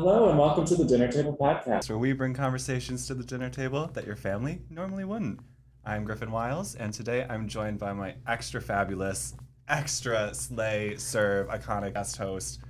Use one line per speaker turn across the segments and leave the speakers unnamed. welcome to the Dinner Table Podcast.
where we bring conversations to the dinner table that your family normally wouldn't. I'm Griffin Wiles, and today I'm joined by my extra fabulous, extra slay serve iconic guest host,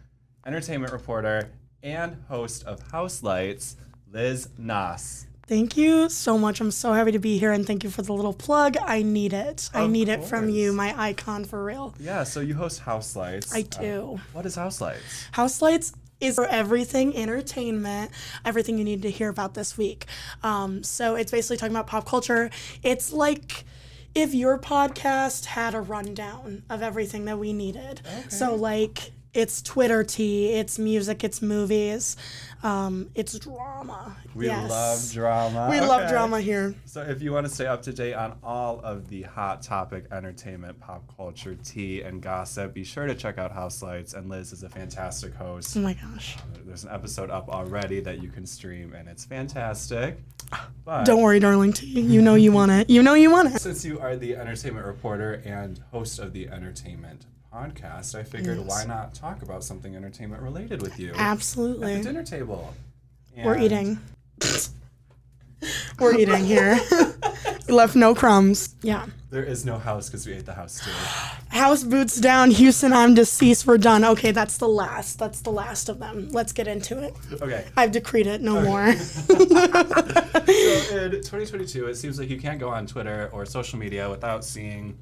entertainment reporter, and host of House Lights, Liz Noss.
Thank you so much. I'm so happy to be here and thank you for the little plug. I need it. I
Of
need it from
course.
you, my icon for real.
Yeah, so you host House Lights. Uh,
I do.
what is House Lights?
House Lights is for everything entertainment, everything you need to hear about this week. Um, so it's basically talking about pop culture. It's like if your podcast had a rundown of everything that we needed. So, like, it's Twitter tea, it's music, it's movies, um, it's drama.
We
Yes.
love drama.
We love
Okay.
drama here.
So, if you want to stay up to date on all of the hot topic entertainment, pop culture, tea, and gossip, be sure to check out House Lights. And Liz is a fantastic host.
Oh my gosh.
There's an episode up already that you can stream, and it's fantastic. But
Don't worry, darling. T. You know you want it. You know you want it.
since you are the entertainment reporter and host of the entertainment podcast, I figured why not talk about something entertainment related with you at the
Absolutely.
dinner table?
We're
And-
eating. We're eating here. You Left no crumbs. Yeah.
There is no house because we ate the house too.
House boots down, Houston, I'm deceased, we're done. Okay, that's the last. That's the last of them. Let's get into it.
Okay.
I've decreed it, no more.
So in 2022, it seems like you can't go on Twitter or social media without seeing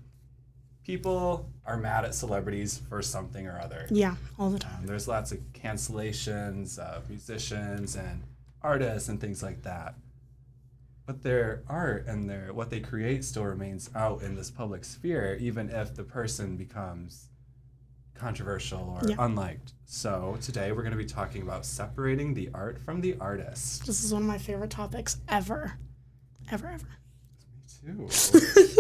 people are mad at celebrities for something or other.
Yeah, all the time.
There's lots of cancellations of musicians and artists and things like that. But their art and their what they create still remains out in this public sphere, even if the person becomes controversial or
Yeah.
unliked. So today we're going to be talking about separating the art from the artist.
This is one of my favorite topics ever. Ever, ever.
too.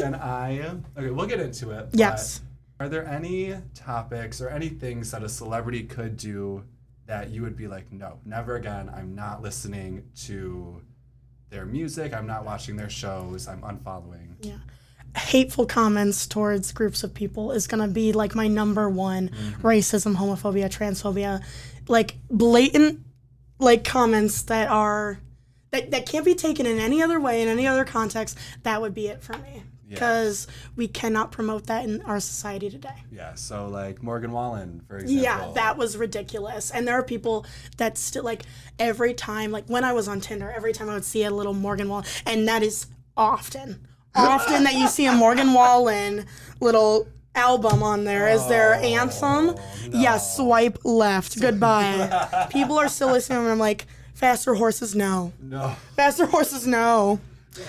and I okay, we'll get into it. but
Yes.
Are there any topics or any things that a celebrity could do that you would be like, no, never again. I'm not listening to their music. I'm not watching their shows. I'm unfollowing.
hateful comments towards groups of people is going to be like my number one racism, homophobia, transphobia, like blatant like comments that are that, that can't be taken in any other way in any other context. That would be it for me because we cannot promote that in our society today.
Yeah. So like Morgan Wallen, for example.
Yeah, that was ridiculous. And there are people that still like every time, like when I was on Tinder, every time I would see a little Morgan Wall, and that is often, often that you see a Morgan Wallen little album on there as their anthem. Yes, swipe left. Goodbye. people are still listening, and I'm like, faster horses, no.
No.
Faster horses, no.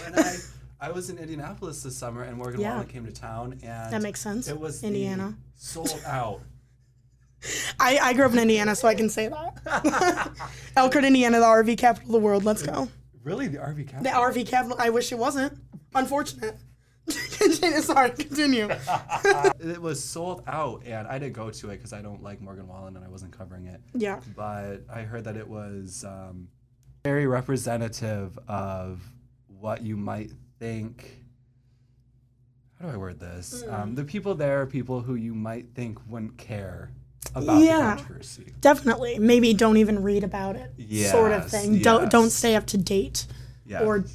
And I, I was in Indianapolis this summer, and Morgan
Yeah.
Wallen came to town, and
That makes sense.
It was the
Indiana.
sold out.
I, I grew up in Indiana, so I can say that. Elkhart, Indiana, the RV capital of the world. Let's go.
Really, the RV capital.
The RV capital. I wish it wasn't. Unfortunate. continue. Sorry. Continue.
it was sold out and i didn't go to it because i don't like morgan wallen and i wasn't covering it
Yeah.
but i heard that it was um, very representative of what you might think how do i word this
Hmm.
um, the people there are people who you might think wouldn't care about
Yeah.
the controversy
Definitely. Maybe don't even read about it. sort of
Yes,
thing. Don't don't
yes.
stay up to date,
yeah Mm.
or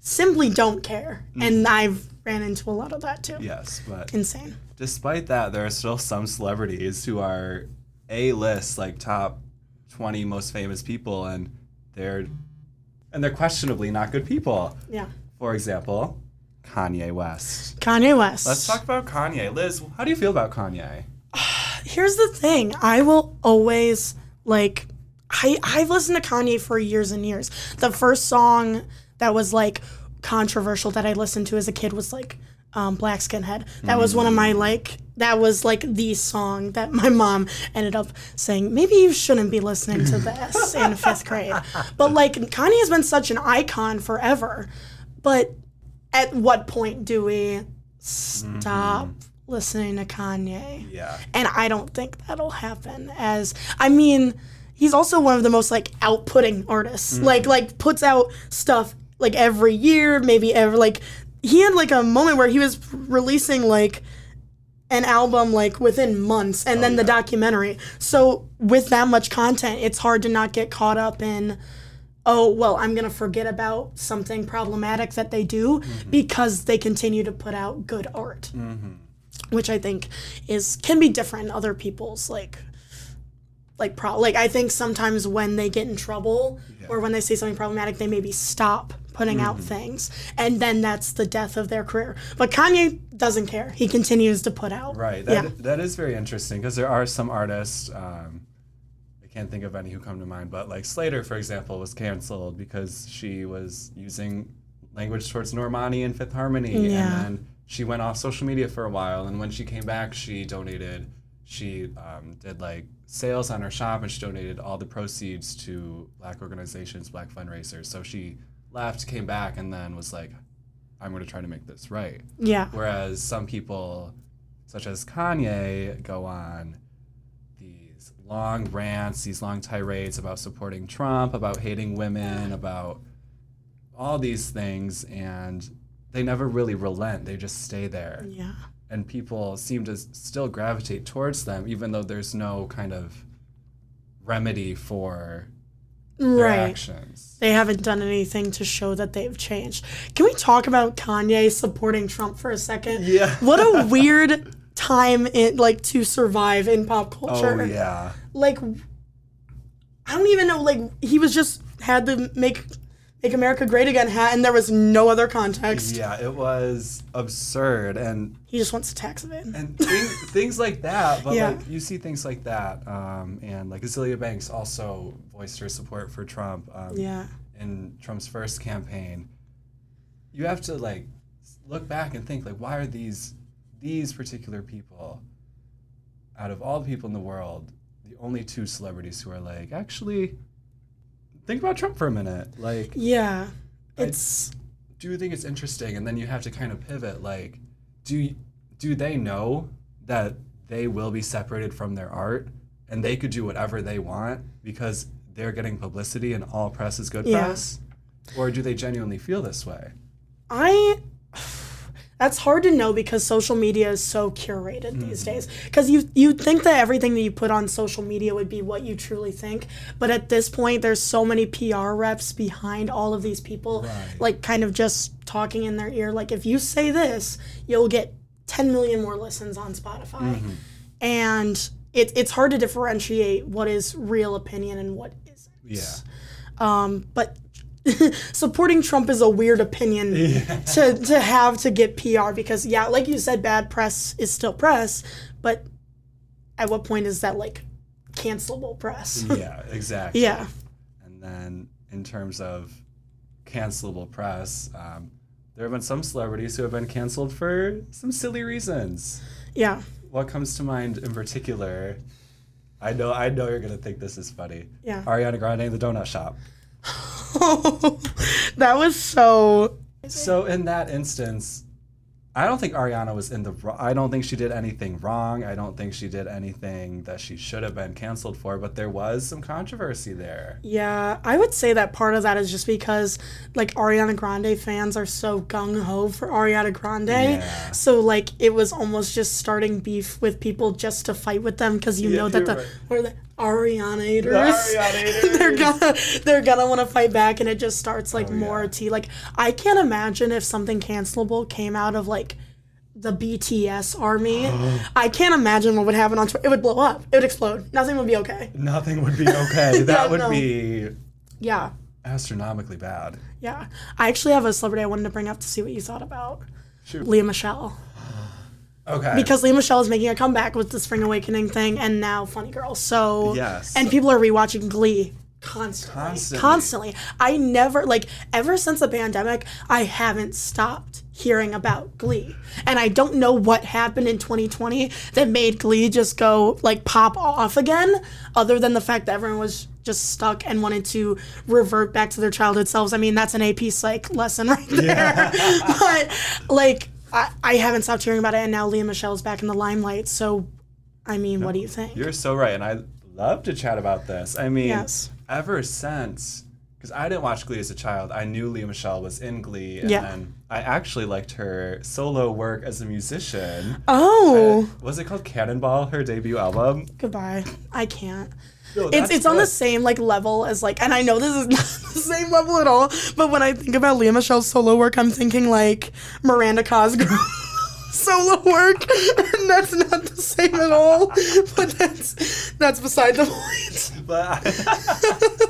simply don't care. And I've ran into a lot of that too.
yes but
Insane.
despite that there are still some celebrities who are a list like top 20 most famous people and they're and they're questionably not good people
Yeah.
for example kanye west
Kanye West.
let's talk about kanye liz how do you feel about kanye
here's the thing i will always like i i've listened to kanye for years and years the first song that was like controversial that i listened to as a kid was like um, black skinhead that was one of my like that was like the song that my mom ended up saying maybe you shouldn't be listening to this in fifth grade but like kanye has been such an icon forever but at what point do we stop listening to kanye
yeah
and I don't think that'll happen as I mean he's also one of the most like outputting artists like like puts out stuff like every year maybe ever like he had like a moment where he was releasing like an album like within months and then the documentary. So with that much content, it's hard to not get caught up in oh, well, I'm going to forget about something problematic that they do
Mm-hmm.
because they continue to put out good art. Which I think is can be different in other people's like like pro- like I think sometimes when they get in trouble or when they say something problematic, they maybe stop putting out
Mm-hmm.
things, and then that's the death of their career. But Kanye doesn't care; he continues to put out.
Right. That,
Yeah.
that is very interesting because there are some artists, um, I can't think of any who come to mind, but like Slater, for example, was canceled because she was using language towards Normani and Fifth Harmony.
Yeah.
And then she went off social media for a while. And when she came back, she donated, she um, did like sales on her shop and she donated all the proceeds to black organizations, black fundraisers. So she left, came back, and then was like, I'm going to try to make this right.
Yeah.
Whereas some people, such as Kanye, go on these long rants, these long tirades about supporting Trump, about hating women, about all these things, and they never really relent. They just stay there.
Yeah.
And people seem to s- still gravitate towards them, even though there's no kind of remedy for their
Right.
actions.
They haven't done anything to show that they've changed. Can we talk about Kanye supporting Trump for a second?
Yeah.
What a weird time in like to survive in pop culture.
Oh, yeah.
like I don't even know. Like he was just had the make make America great again hat, and there was no other context.
Yeah, it was absurd. And
He just wants to tax it. in.
and things, things like that. But
Yeah.
like you see things like that, um, and like Azealia Banks also voiced her support for Trump um,
Yeah.
in Trump's first campaign. You have to like s- look back and think like, why are these these particular people, out of all the people in the world, the only two celebrities who are like actually. Think about Trump for a minute. Like,
Yeah. It's
do you think it's interesting and then you have to kind of pivot like do do they know that they will be separated from their art and they could do whatever they want because they're getting publicity and all press is good
Yeah.
press or do they genuinely feel this way
I. That's hard to know because social media is so curated these days. Because you you think that everything that you put on social media would be what you truly think, but at this point, there's so many PR reps behind all of these people, like kind of just talking in their ear. Like if you say this, you'll get 10 million more listens on Spotify, and it, it's hard to differentiate what is real opinion and what isn't.
yeah
but supporting Trump is a weird opinion to, to have to get PR because yeah, like you said, bad press is still press, but at what point is that like cancelable press?
yeah exactly
yeah.
and then in terms of cancelable press um, there have been some celebrities who have been canceled for some silly reasons
Yeah.
what comes to mind in particular i know i know you're gonna think this is funny
Yeah.
ariana grande the donut shop
that was so
so in that instance i don't think ariana was in the wro- i don't think she did anything wrong i don't think she did anything that she should have been canceled for but there was some controversy there
Yeah, I would say that part of that is just because like Ariana Grande fans are so gung ho for Ariana Grande.
Yeah.
So like it was almost just starting beef with people just to fight with them because you know that
you're
the
right.
or the Ariana
Ariana-ators.
they're gonna they're gonna want to fight back and it just starts
Oh,
like more tea. Like I can't imagine if something cancelable came out of like the BTS army. I can't imagine what would happen on Twitter. It would blow up. It would explode. Nothing would be okay.
nothing would be okay that would
no.
be
Yeah.
astronomically bad
Yeah. I actually have a celebrity I wanted to bring up to see what you thought about.
Shoot.
Leah Michelle.
okay
Because Leah Michelle is making a comeback with the Spring Awakening thing and now Funny Girl. So
Yes.
and people are rewatching Glee constantly.
Constantly.
Constantly. I never like ever since the pandemic, I haven't stopped hearing about Glee. And I don't know what happened in 2020 that made Glee just go like pop off again, other than the fact that everyone was just stuck and wanted to revert back to their childhood selves. I mean, that's an AP psych lesson right there. but like I, I haven't stopped hearing about it and now Leah Michelle's back in the limelight. So I mean, what do you think?
You're so right, and I love to chat about this. I mean,
Yes.
ever since because I didn't watch Glee as a child. I knew Leah Michelle was in Glee, and
Yeah.
then I actually liked her solo work as a musician.
Oh,
Uh, was it called Cannonball? Her debut album.
goodbye. I can't.
No,
It's
that's
it's on the
good.
same like level as like, and I know this is not the same level at all. But when I think about Leah Michelle's solo work, I'm thinking like Miranda Cosgrove solo work, and that's not the same at all. But that's that's beside the point.
But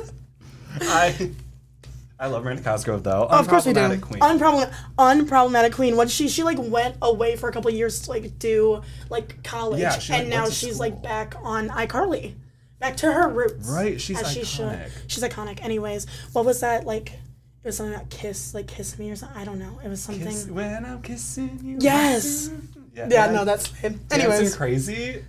I, I love Miranda Cosgrove though.
Of course we do.
Unproblematic Queen.
Unproblem- unproblematic queen. What she she like went away for a couple of years to like do like college,
Yeah, she, like,
and
went
now
to
she's
school.
like back on iCarly, back to her roots.
Right, she's
as she
iconic.
should. She's iconic. Anyways, what was that like? It was something about kiss, like kiss me or something. I don't know. It was something.
Kiss- when I'm kissing you.
Yes.
Yeah.
Yeah,
and
no, that's him.
Dancing
Anyways,
crazy.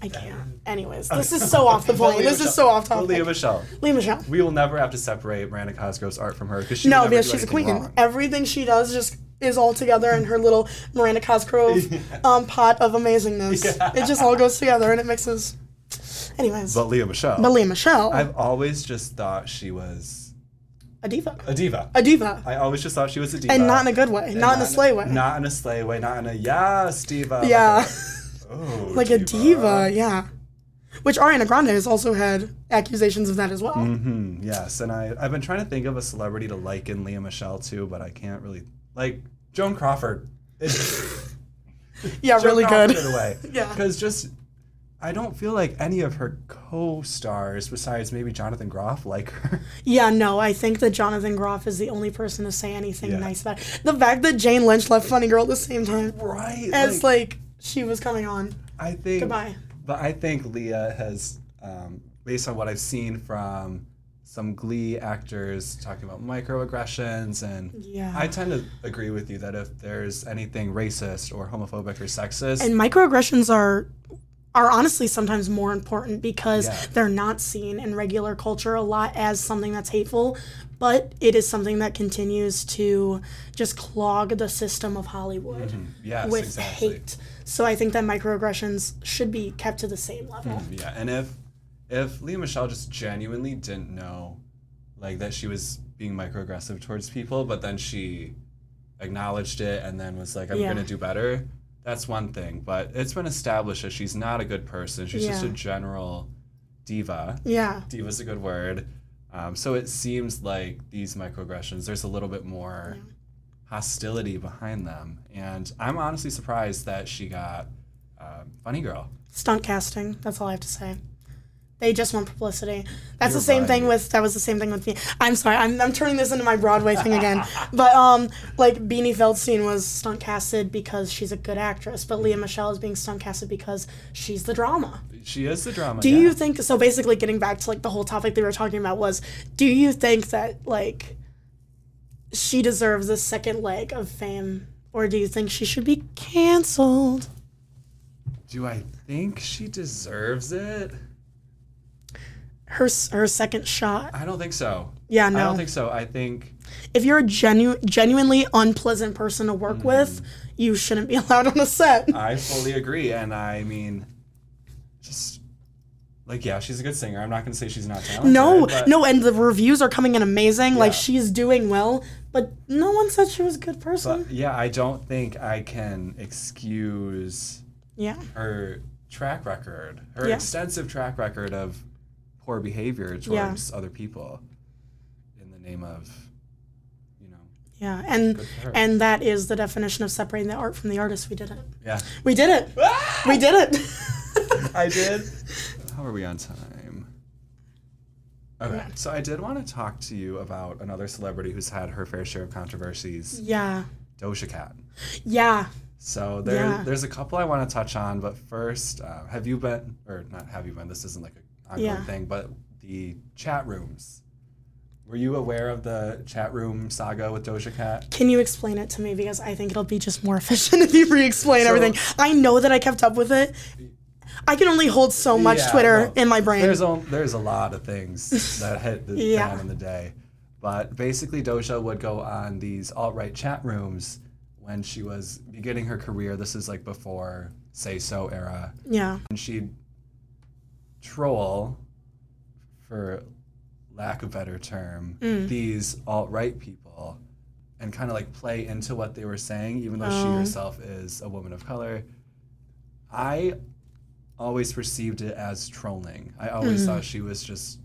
I can't. Anyways, this is so off the point. This is so off topic.
Leah Michelle.
Leah Michelle.
We will never have to separate Miranda Cosgrove's art from her because she
No,
will never
because
do
she's a
anything
queen.
wrong.
Everything she does just is all together in her little Miranda Cosgrove um, pot of amazingness. It just all goes together and it mixes. Anyways,
But Leah Michelle.
Malia Michelle,
I've always just thought she was
a diva,
a diva.
a diva,
I always just thought she was a diva.
and not in a good way, not in a slay way.
Not in a slay way. Not in a yes diva. like
yeah,
a- oh,
like a diva. Yeah, which Ariana Grande has also had accusations of that as well.
Mhm, yes, and I I've been trying to think of a celebrity to liken Leah Michelle to, but I can't really like Joan Crawford. It's-
Yeah, really
Crawford
good.
in a way.
Yeah.
Because just, I don't feel like any of her co stars, besides maybe Jonathan Groff, like her.
Yeah, no, I think that Jonathan Groff is the only person to say anything
Yeah.
nice about the fact that Jane Lynch left Funny Girl at the same time
Right.
as like she was coming on.
I think.
Goodbye.
But I think Leah has, um, based on what I've seen from some Glee actors talking about microaggressions, and
Yeah.
I tend to agree with you that if there's anything racist or homophobic or sexist,
and microaggressions are are honestly sometimes more important because
Yeah.
they're not seen in regular culture a lot as something that's hateful but it is something that continues to just clog the system of hollywood
Mm-hmm. yes,
with
exactly.
hate so i think that microaggressions should be kept to the same level
Yeah, and if if Leah Michelle just genuinely didn't know, like that she was being microaggressive towards people, but then she acknowledged it and then was like, "I'm
Yeah.
gonna do better." That's one thing, but it's been established that she's not a good person. She's just a
Yeah.
general diva.
yeah
Diva's a good word. Um, so it seems like these microaggressions, there's a little bit more hostility behind them, and I'm honestly surprised that she got um, Funny Girl.
stunt casting. That's all I have to say. They just want publicity. That's
You're
the same thing
right.
with that was the same thing with me. I'm sorry, I'm, I'm turning this into my Broadway thing again. But um, like Beanie Feldstein was stunt casted because she's a good actress, but Leah Michelle is being stunt casted because she's the drama.
She is the drama.
Do you think so? Basically, getting back to like the whole topic that we were talking about was, do you think that like she deserves a second leg of fame, or do you think she should be canceled?
Do I think she deserves it?
Her s- her second shot.
I don't think so.
Yeah, no.
I don't think so. I think
if you're a genu- genuinely unpleasant person to work
Mm-hmm.
with, you shouldn't be allowed on a set.
I fully agree. And I mean, just like, yeah, she's a good singer. I'm not going to say she's not talented.
no,
but
no, and the reviews are coming in amazing. Like
Yeah.
she's doing well, but no one said she was a good person.
Yeah, I don't think I can excuse
yeah,
her track record, her
Yeah.
extensive track record of poor behavior
Yeah.
towards other people in the name of, you know,
yeah, and
her.
and that is the definition of separating the art from the artist. We did it.
yeah.
We did it.
Ah!
We did it.
I did. How are we on time? Okay, so I did want to talk to you about another celebrity who's had her fair share of controversies,
yeah,
Doja Cat.
yeah.
So there,
Yeah.
there's a couple I want to touch on, but first, uh, have you been, or not have you been? This isn't like an ongoing
Yeah.
thing, but the chat rooms. Were you aware of the chat room saga with Doja Cat?
Can you explain it to me? Because I think it'll be just more efficient if you re-explain
So-
everything. I know that I kept up with it. I can only hold so much
Yeah,
Twitter
no.
in my brain.
There's a, there's a lot of things that hit the
Yeah.
fan in the day. But basically, Doja would go on these alt right chat rooms when she was beginning her career. This is like before Say So era.
yeah.
And she'd troll, for lack of better term, these alt right people and kind of like play into what they were saying, even though she herself is a woman of color. I always perceived it as trolling. I always thought she was just.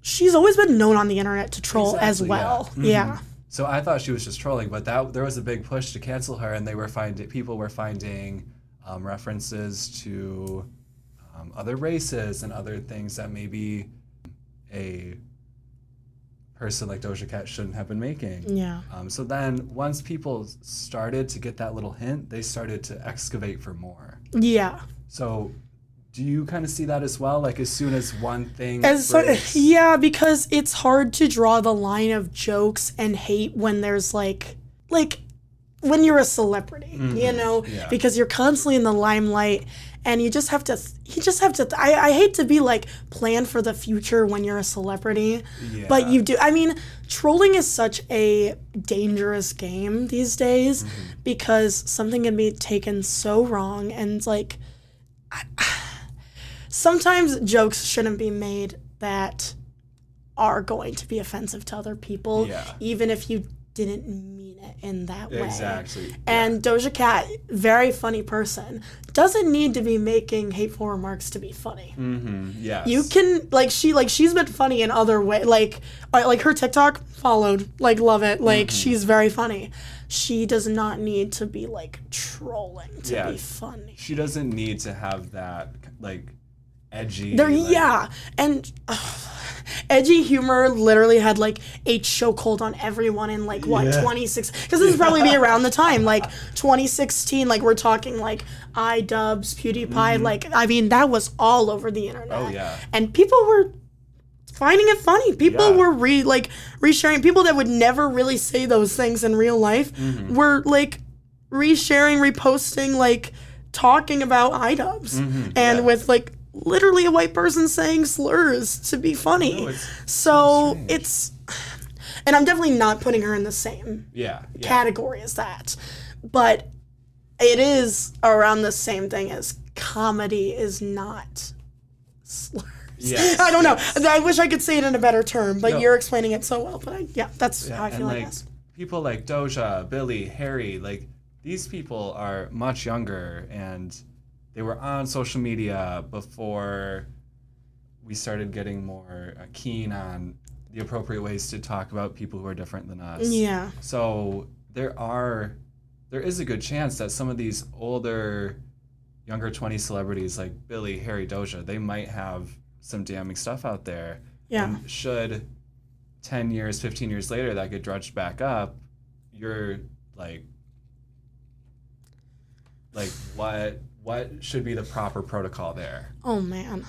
She's always been known on the internet to troll as
Exactly, yeah.
well. Yeah.
Mhm. So I thought she was just trolling, but that there was a big push to cancel her, and they were finding people were finding um, references to um, other races and other things that maybe a person like Doja Cat shouldn't have been making.
Yeah.
Um, so then, once people started to get that little hint, they started to excavate for more.
Yeah.
So, do you kind of see that as well? Like, as soon as one thing,
As so,
breaks-
yeah, because it's hard to draw the line of jokes and hate when there's like like when you're a celebrity, you know,
Mm-hmm. yeah.
because you're constantly in the limelight and you just have to you just have to I, I hate to be like plan for the future when you're a celebrity. But
Yeah.
you do I mean, trolling is such a dangerous game these days
Mm-hmm.
because something can be taken so wrong and like sometimes jokes shouldn't be made that are going to be offensive to other people,
Yeah.
even if you didn't mean it in that way.
exactly.
And Doja Cat, very funny person, doesn't need to be making hateful remarks to be funny.
Mm-hmm. Yes.
You can like she like she's been funny in other way like uh, like her TikTok followed like love it like she's very funny. She does not need to be like trolling to
Yeah.
be funny.
she doesn't need to have that like edgy.
There,
like-
yeah, and ugh, edgy humor literally had like a chokehold on everyone in like what
Yeah.
26 because this is probably be around the time like 2016 like we're talking like idubs pewdiepie like i mean that was all over the internet
Mm-hmm. Oh, yeah.
and people were finding it funny people
Yeah.
were re like resharing people that would never really say those things in real life
Mm-hmm.
were like resharing reposting like talking about idubs
Mm-hmm.
and with like literally a white person saying slurs to be funny
No, it's-
so it's and i'm definitely not putting her in the same
Yeah. yeah.
category as that but it is around the same thing as comedy is not slurs
Yes,
i don't know i wish i could say it in a better term but
No.
you're explaining it so well but I, yeah that's how i
and
feel i
like
guess
people like Doja, Billy, Harry, like these people are much younger and they were on social media before we started getting more uh, keen on the appropriate ways to talk about people who are different than us.
yeah
So there are there is a good chance that some of these older younger 20 celebrities like Billy, Harry, Doja, they might have some damning stuff out there.
Yeah.
And should 10 years, 15 years later that get drudged back up, you're like like what what should be the proper protocol there?
Oh man.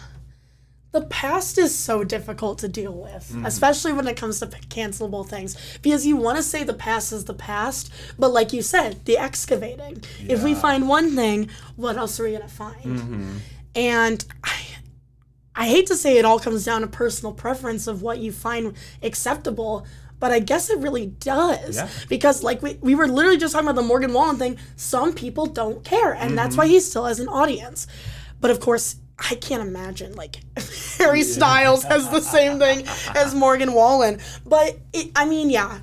The past is so difficult to deal with, especially when it comes to p- cancelable things, because you want to say the past is the past, but like you said, the excavating. If we
Yeah. Mm.
find one thing, what else are we going to find? And I, I hate to say it all comes down to personal preference of what you find acceptable, but I guess it really does.
Yeah.
Because, like, we, we were literally just talking about the Morgan Wallen thing. Some people don't care, and that's why he still has an audience. But of course, I can't imagine, like, Harry Styles has the same thing as Morgan Wallen. But, it, I mean, yeah,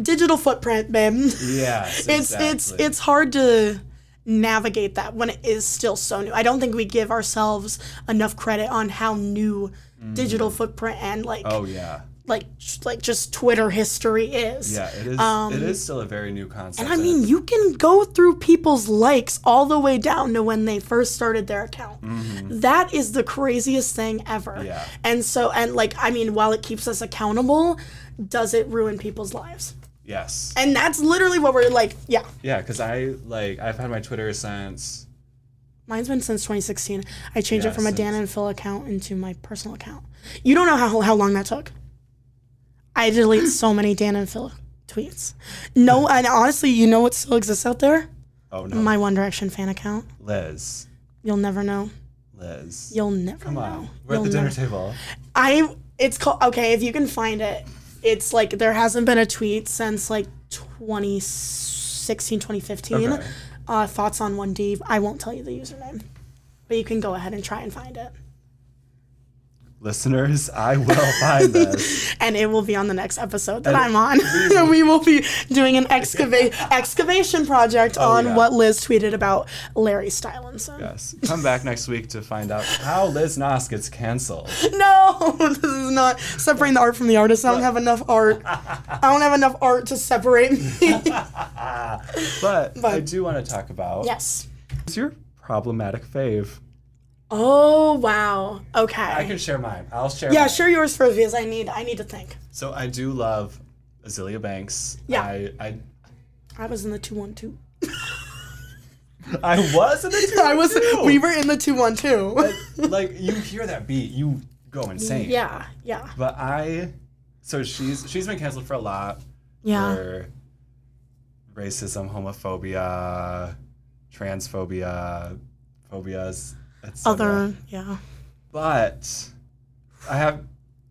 digital footprint, babe
Yes.
it's it's it's hard to navigate that when it is still so new. I don't think we give ourselves enough credit on how new digital footprint and like
Mm-hmm. Oh yeah.
like like just Twitter history is.
Yeah, it is it is still a very new concept.
Um, I mean, you can go through people's likes all the way down to when they first started their account. That is the craziest thing ever.
Mm-hmm. Yeah.
And so and like I mean, while it keeps us accountable, does it ruin people's lives?
yes.
And that's literally what we're like, yeah.
Yeah, because I like I've had my Twitter since
Mine's been since 2016. I changed
Yeah,
it from a Dan
since-
and Phil account into my personal account. You don't know how how long that took. I delete so many Dan and Phil tweets. No, and honestly, you know what still exists out there?
oh no
My One Direction fan account.
Liz
You'll never know.
Liz
You'll never
come
know.
on we're
You'll
at the
never-
dinner table
I it's called okay, if you can find it. It's like there hasn't been a tweet since like 2016, 2015.
Okay.
Uh, thoughts on 1D. I won't tell you the username. But you can go ahead and try and find it.
listeners, I will find this.
and it will be on the next episode that I'm on. and we will be doing an excava- excavation project on
Oh, yeah.
what Liz tweeted about Larry Stylinson.
Yes. Come back next week to find out how Liz Noss gets canceled.
No, this is not separating the art from the artist. I don't have enough art. I don't have enough art to separate me.
But, I
But-
do want to talk about
yes.
who's your problematic fave.
Oh wow. Okay.
I can share mine. I'll share.
yeah,
mine.
share yours first because I need I need to think.
So I do love Azealia Banks.
Yeah.
I I,
I was in the two one two.
I was in the
I was.
212.
We were in the two one two.
like you hear that beat, you go insane.
Yeah. Yeah.
But I, so she's she's been canceled for a lot.
Yeah.
For racism, homophobia, transphobia, phobias, etc.
Other. Yeah.
But I have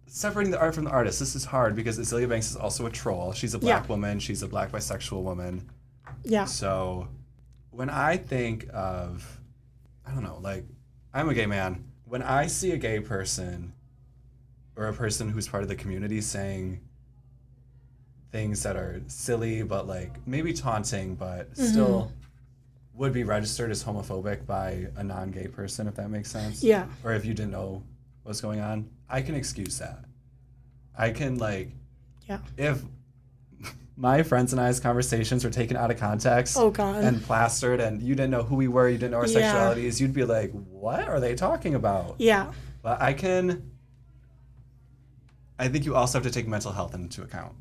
separating the art from the artist. This is hard because Azealia Banks is also a troll. She's a black
Yeah.
woman. She's a black bisexual woman.
Yeah.
So when I think of, I don't know, like I'm a gay man. When I see a gay person or a person who's part of the community saying things that are silly, but like maybe taunting, but still would be registered as homophobic by a non gay person, if that makes sense.
Yeah.
Or if you didn't know what's going on, I can excuse that. I can, like,
Yeah.
if my friends and I's conversations were taken out of context
Oh, God.
and plastered and you didn't know who we were, you didn't know our
Yeah.
sexualities, you'd be like, what are they talking about?
Yeah.
But I can. I think you also have to take mental health into account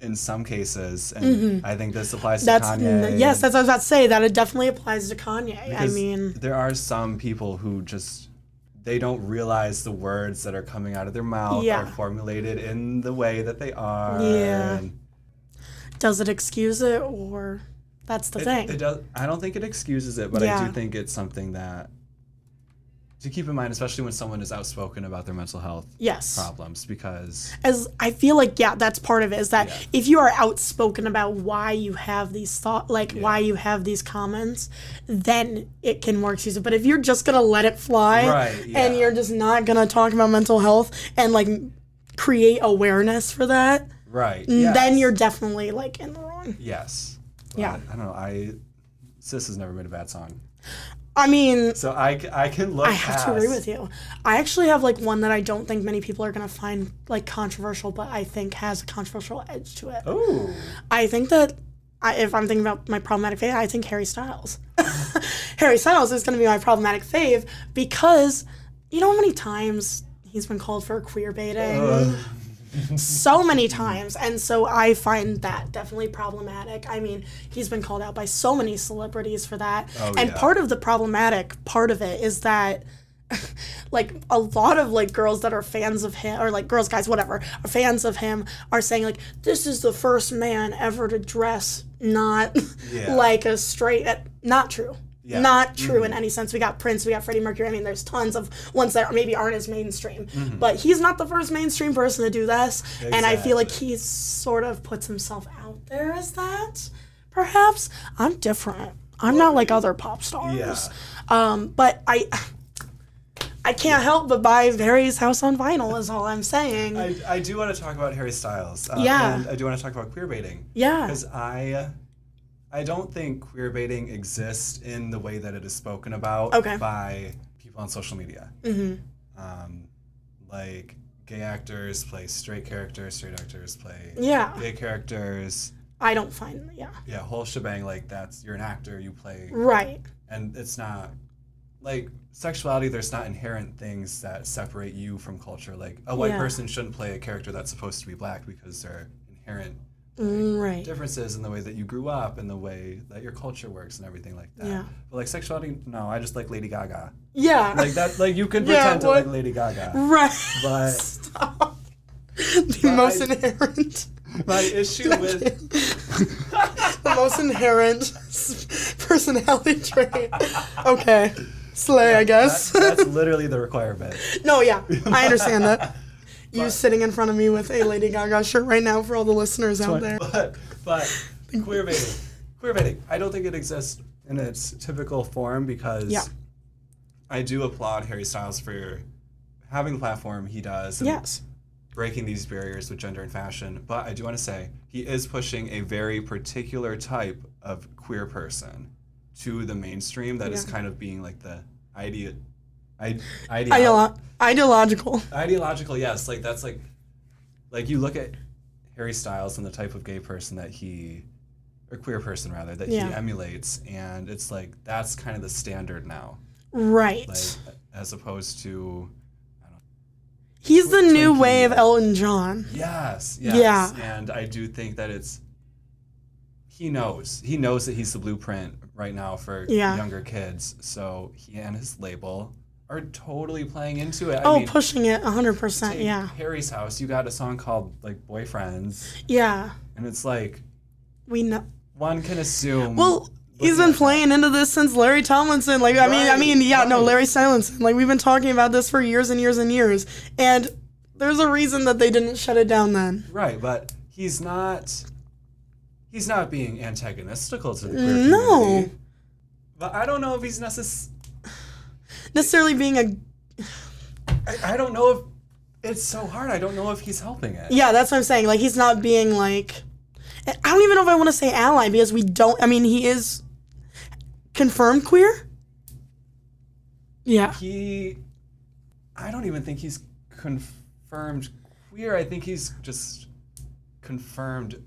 in some cases. And I think this applies to
Mm-hmm. That's
Kanye.
yes. That's what I was about to say. That it definitely applies to Kanye. I
because
mean,
there are some people who just. They don't realize the words that are coming out of their mouth are
Yeah.
formulated in the way that they are.
Yeah.
and-
does it excuse it or? That's the
It,
thing.
it does. I don't think it excuses it, but I do
Yeah.
think it's something that to keep in mind, especially when someone is outspoken about their mental health
yes.
problems, because
as I feel like yeah, that's part of it is that
Yeah.
if you are outspoken about why you have these thought like why you have these comments, then it can more excuse it. But if you're just gonna let it fly
Right, yeah.
and you're just not gonna talk about mental health and like create awareness for that,
right,
Mm, then
yes,
you're definitely like in the wrong.
yes,
Yeah.
But I don't know. I sis has never made a bad song,
I mean
so I c- I can look.
I have to agree with you. I actually have like one that I don't think many people are gonna find like controversial, but I think has a controversial edge to it.
Oh,
I think that I, if I'm thinking about my problematic fave, I think Harry Styles. Harry Styles is going to be my problematic fave because you know how many times he's been called for queer baiting? so many times. And so I find that definitely problematic. I mean, he's been called out by so many celebrities for that.
Oh,
and
yeah.
part of the problematic part of it is that like a lot of like girls that are fans of him or like girls guys whatever are fans of him are saying like this is the first man ever to dress not
Yeah.
like a straight uh, not true
Yeah. Mm-hmm.
not true in any sense we got prince we got freddie mercury i mean there's tons of ones that maybe aren't as mainstream
Mm-hmm.
but he's not the first mainstream person to do this and i feel like he sort of puts himself out there as that perhaps i'm different i'm not like other pop stars
yeah,
um, but I, I can't help but buy Barry's House on Vinyl. Is all I'm saying.
I, I do want to talk about Harry Styles. Uh,
Yeah. Uh.
and I do want to talk about queer baiting.
yeah,
because I I don't think queer baiting exists in the way that it is spoken about
Okay.
by people on social media.
Mm-hmm.
Um, like gay actors play straight characters, straight actors play
Yeah.
gay characters.
I don't find. Yeah,
Yeah, whole shebang. Like that's you're an actor, you play,
right.
and it's not like sexuality. There's not inherent things that separate you from culture. Like a white
Yeah.
person shouldn't play a character that's supposed to be black because they're inherent
Mm, Right.
differences in the way that you grew up and the way that your culture works and everything like that.
Yeah.
But like sexuality, no, I just like Lady Gaga.
Yeah.
Like that, like you could
Yeah,
pretend to
what-
like Lady Gaga.
right.
But-
Stop. The most
I-
inherent.
My issue with
the most inherent personality trait. Okay. Slay, I guess.
that's literally the requirement.
No, yeah, I understand that. You sitting in front of me with a Lady Gaga shirt right now for all the listeners out there.
But but queer baiting, queer baiting. I don't think it exists in its typical form because
Yeah.
I do applaud Harry Styles for having the platform he does and
Yes.
breaking these barriers with gender and fashion. But I do want to say he is pushing a very particular type of queer person to the mainstream that is
Yeah.
kind of being like the idea, I, ideolo-
Ideolo- ideological.
ideological. Yes, like that's like, like you look at Harry Styles and the type of gay person that he. Or queer person rather that
Yeah.
he emulates, and it's like that's kind of the standard now,
Right.
like as opposed to
He's the new
Twinkie.
wave Elton John.
Yes, yes.
Yeah.
And I do think that it's he knows. He knows that he's the blueprint right now for
Yeah.
younger kids. So he and his label are totally playing into it. I
oh,
mean,
pushing it 100%.
take
yeah.
Harry's house, you got a song called like Boyfriends.
Yeah.
And it's like
We know.
one can assume
Well,
looking at Mm.
he's been
that-
playing into this since Larry Tomlinson. Like, I mean, I
Right,
mean, yeah, no,
right.
Larry Silenson. Like, we've been talking about this for years and years and years. And there's a reason that they didn't shut it down then.
Right, but he's not he's not being antagonistical to the queer
Mm, No.
community. But I don't know if he's necessarily
Necessarily being a.
I, I don't know if it's so hard. I don't know if he's helping it.
Yeah, that's what I'm saying. Like, he's not being like. I don't even know if I want to say ally because we don't. I mean, he is confirmed queer. Yeah.
He, I don't even think he's confirmed queer. I think he's just confirmed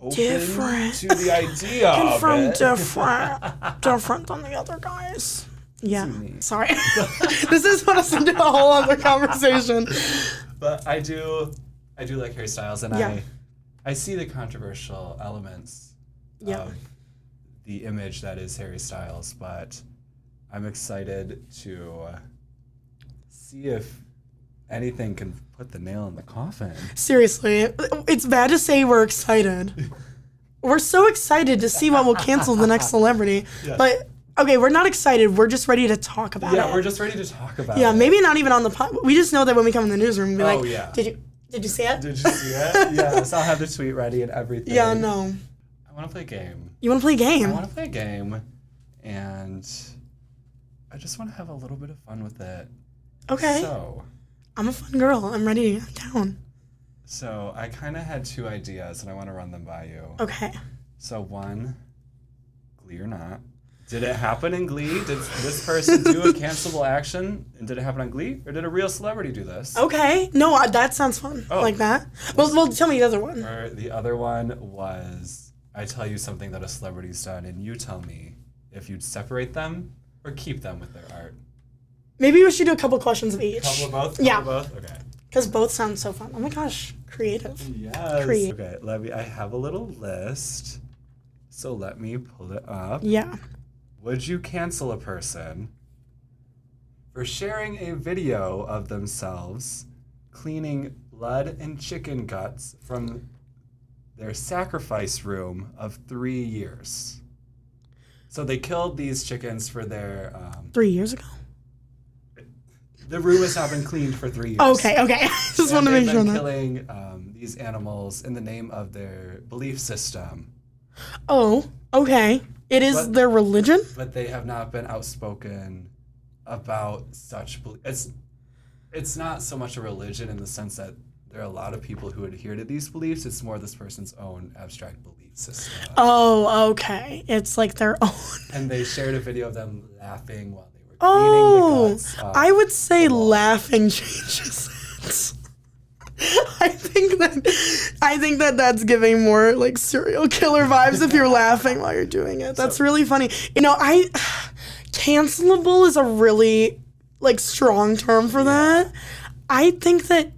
open
Different.
to the idea of
Confirmed
it.
different. different than the other guys. Yeah.
me.
Sorry. this is what us into a whole other conversation.
But I do, I do like Harry Styles, and
Yeah.
I, I see the controversial elements
Yeah.
of the image that is Harry Styles. But I'm excited to uh, see if anything can put the nail in the coffin.
Seriously, it's bad to say we're excited. We're so excited to see what will cancel the next celebrity. But okay, we're not excited. We're just ready to talk about
Yeah,
it.
we're just ready to talk about
yeah,
it.
maybe not even on the pod. We just know that when we come in the newsroom, we'll be
Oh,
like,
yeah.
"Did you did you see it?"
Did you see it? yes, I'll have the tweet ready and everything.
yeah, no.
I want to play a game.
You want to play a
I
game?
want to play a game, and I just want to have a little bit of fun with it.
Okay.
So,
I'm a fun girl. I'm ready. I'm down.
so I kind of had two ideas, and I want to run them by you.
Okay.
So one, Glee or not. Did it happen in Glee? Did this person do a cancelable action? And did it happen on Glee? Or did a real celebrity do this?
Okay. No, I, that sounds fun.
Oh.
Like that. Well, well, tell me the other one.
Or the other one was I tell you something that a celebrity's done, and you tell me if you'd separate them or keep them with their art.
Maybe we should do a couple questions of each.
both.
Yeah.
both. Okay.
Because both sound so fun. Oh my gosh, creative.
Yes.
Create.
Okay, let me. I have a little list, so let me pull it up.
Yeah.
Would you cancel a person for sharing a video of themselves cleaning blood and chicken guts from their sacrifice room of three years? So they killed these chickens for their. Um,
Three years ago.
the room has not been cleaned for three years.
Okay, okay. Just want to
they've
make sure
been
on that.
killing um, these animals in the name of their belief system,
Oh, okay. It is
But-
their religion?
but they have not been outspoken about such. bel it's it's not so much a religion in the sense that there are a lot of people who adhere to these beliefs. It's more this person's own abstract belief system,
Oh, okay. It's like their own.
and they shared a video of them laughing while they were cleaning the
Oh,
guts. Uh, up.
I would say laughing changes it. I think that I think that that's giving more like serial killer vibes if you're laughing while you're doing it. That's really funny. You know, I cancelable is a really like strong term for that. I think that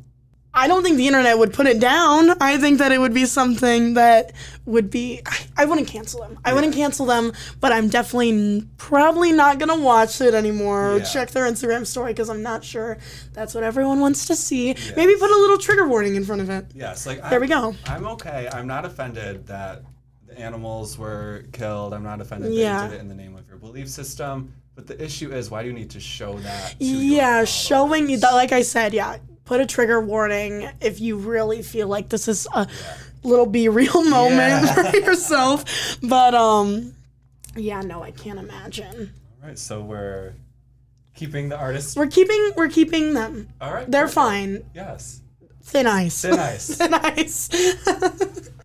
I don't think the internet would put it down. I think that it would be something that would be. I, I wouldn't cancel them. I wouldn't cancel them, but I'm definitely n- probably not gonna watch it anymore. or
Yeah.
Check their Instagram story because I'm not sure that's what everyone wants to see. Maybe put a little trigger warning in front of it.
Yes, like
There
I'm,
we go.
I'm okay. I'm not offended that the animals were killed. I'm not offended that
Yeah.
you did it in the name of your belief system. But the issue is, why do you need to show that? To your
Yeah,
followers?
showing you that, like I said, yeah, put a trigger warning if you really feel like this is a little be real moment
Yeah.
for yourself. But um, yeah, no, I can't imagine.
All right, so we're Keeping the artist.
We're keeping we're keeping them.
All right.
They're
perfect.
fine.
Yes.
Thin ice.
Thin Ice.
Thin ice.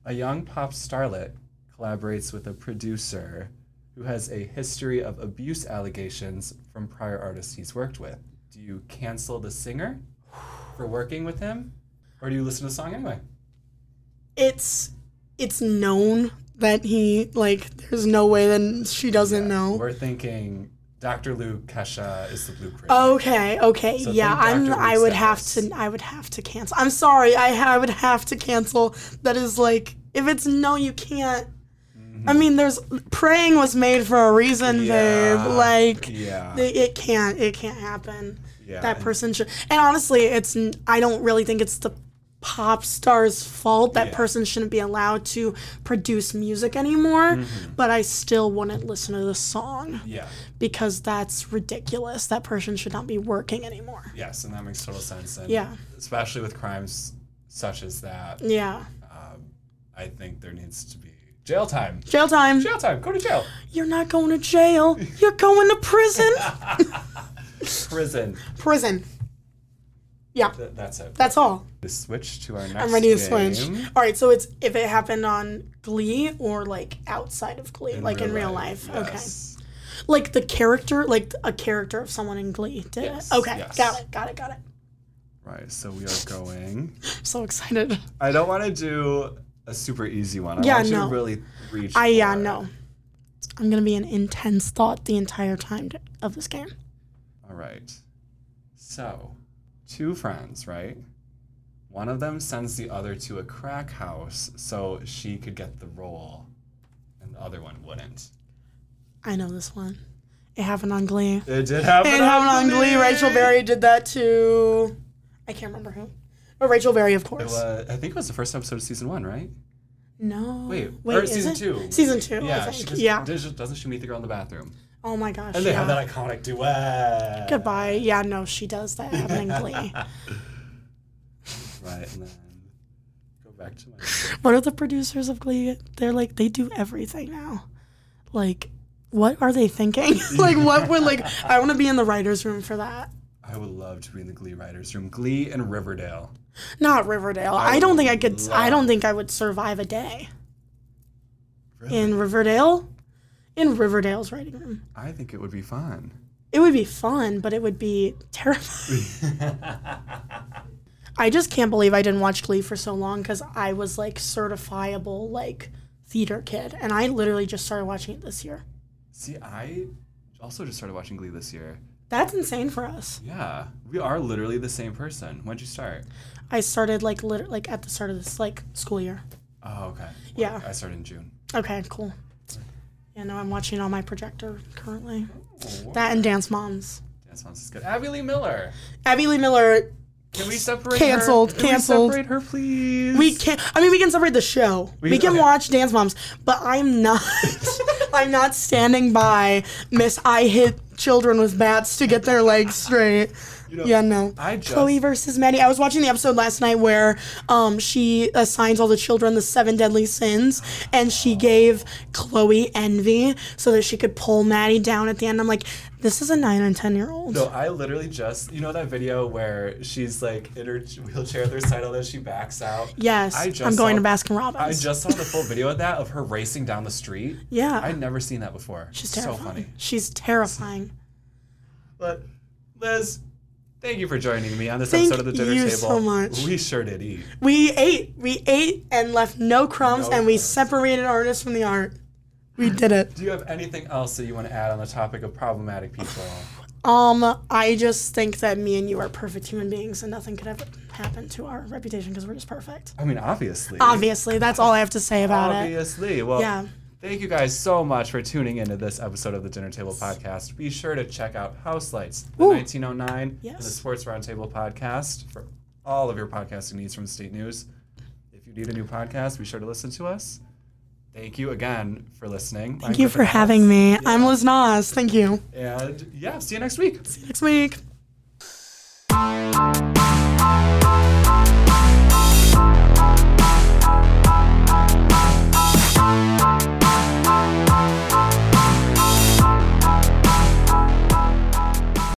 A young pop starlet collaborates with a producer who has a history of abuse allegations from prior artists he's worked with. Do you cancel the singer for working with him? Or do you listen to the song anyway?
it's it's known that he like there's no way that she doesn't know.
We're thinking Dr. Luke Kesha is the blueprint.
Okay, okay.
So
yeah,
thank
I'm
Dr.
I would have
Lucetti's.
to I would have to cancel. I'm sorry. I ha- I would have to cancel. That is like if it's no you can't. I mean, there's praying was made for a reason,
Mm-hmm. Yeah,
babe. Like
yeah.
it, it can't it can't happen.
Yeah,
that
and-
person should. And honestly, it's n- I don't really think it's the pop star's fault. That
Yeah.
person shouldn't be allowed to produce music anymore.
Mm-hmm.
But I still wouldn't listen to the song
yeah.
because that's ridiculous. That person should not be working anymore.
Yes, and that makes total sense. And
Yeah.
Especially with crimes such as that,
Yeah,
I think there needs to be jail time.
jail time.
Jail time. Go to jail.
You're not going to jail. You're going to prison.
Prison.
prison. Yeah,
Th- that's it.
that's all.
To switch to our next.
I'm ready to
game
switch. All right, so it's if it happened on Glee or like outside of Glee, like in real life. Okay.
Yes.
Like the character, like a character of someone in Glee did
Yes,
it. Okay,
yes.
got it, got it, got it.
Right. So we are going.
I'm so excited.
I don't want to do a super easy one. I
Yeah,
want you
no.
to really reach.
I yeah,
for it.
no. I'm gonna be in intense thought the entire time to, of this game.
All right. So, two friends, right? One of them sends the other to a crack house so she could get the role, and the other one wouldn't.
I know this one. It happened on Glee.
It did happen.
It happened on Glee. Rachel Berry did that to I can't remember who. But Rachel Berry, of
It
course.
was, I think it was the first episode of season one, right?
No.
Wait,
wait,
or
is
season
it?
two.
Season two,
Yeah,
I
She
think.
just,
yeah.
does- Doesn't she meet the girl in the bathroom?
Oh my gosh.
And they
yeah.
have that iconic duet.
Goodbye. Yeah, no, she does that happening Glee.
Right, and then go back to my.
What are the producers of Glee? They're like they do everything now. Like, what are they thinking? like, what would like? I want to be in the writers' room for that.
I would love to be in the Glee writers' room. Glee and Riverdale.
Not Riverdale. I don't think I could. I don't
love-
think I would survive a day
Really?
in Riverdale. In Riverdale's writing room,
I think it would be fun.
it would be fun, but it would be terrifying. I just can't believe I didn't watch Glee for so long because I was like certifiable like theater kid, and I literally just started watching it this year.
See, I also just started watching Glee this year.
That's insane for us.
Yeah, we are literally the same person. When'd you start?
I started like lit- like at the start of this like school year.
Oh, okay.
Yeah.
I started in June.
Okay, cool. Yeah, no, I'm watching on my projector currently. That and Dance Moms.
Dance Moms is good. Abby Lee Miller.
Abby Lee Miller.
Can we separate
Canceled,
her? Can we
canceled.
separate her, please?
We can. not I mean, we can separate the show. We,
can-
can
okay.
watch Dance Moms, but I'm not. I'm not standing by Miss. I hit children with bats to get their legs straight.
know,
yeah, no.
I just-
Chloe versus Maddie. I was watching the episode last night where um, she assigns all the children the seven deadly sins, and she gave Chloe envy so that she could pull Maddie down at the end. I'm like, this is a nine and ten year old.
No, I literally just you know that video where she's like in her wheelchair with her side that she backs out.
Yes,
I just
I'm going
saw-
to Baskin
I
Robbins.
just saw the full video of that of her racing down the street.
yeah,
I'd never seen that before.
she's
so
terrifying.
funny.
She's terrifying.
But Liz, thank you for joining me on this
Thank
episode of the dinner
you
table.
so much.
We sure did eat.
We ate. We ate and left no crumbs,
No
and we
crumbs.
separated artists from the art. We did it.
Do you have anything else that you want to add on the topic of problematic people?
Um, I just think that me and you are perfect human beings, and nothing could ever happen to our reputation because we're just perfect.
I mean, obviously.
Obviously, that's all I have to say about it.
Obviously. Well,
Yeah.
thank you guys so much for tuning into this episode of the Dinner Table Podcast. Be sure to check out House Lights, the 1909, and
Yes.
the Sports Roundtable Podcast for all of your podcasting needs from State News. If you need a new podcast, be sure to listen to us. Thank you again for listening.
Thank you for having me. I'm Liz Nas. Thank you.
And yeah, see you next week.
Next week.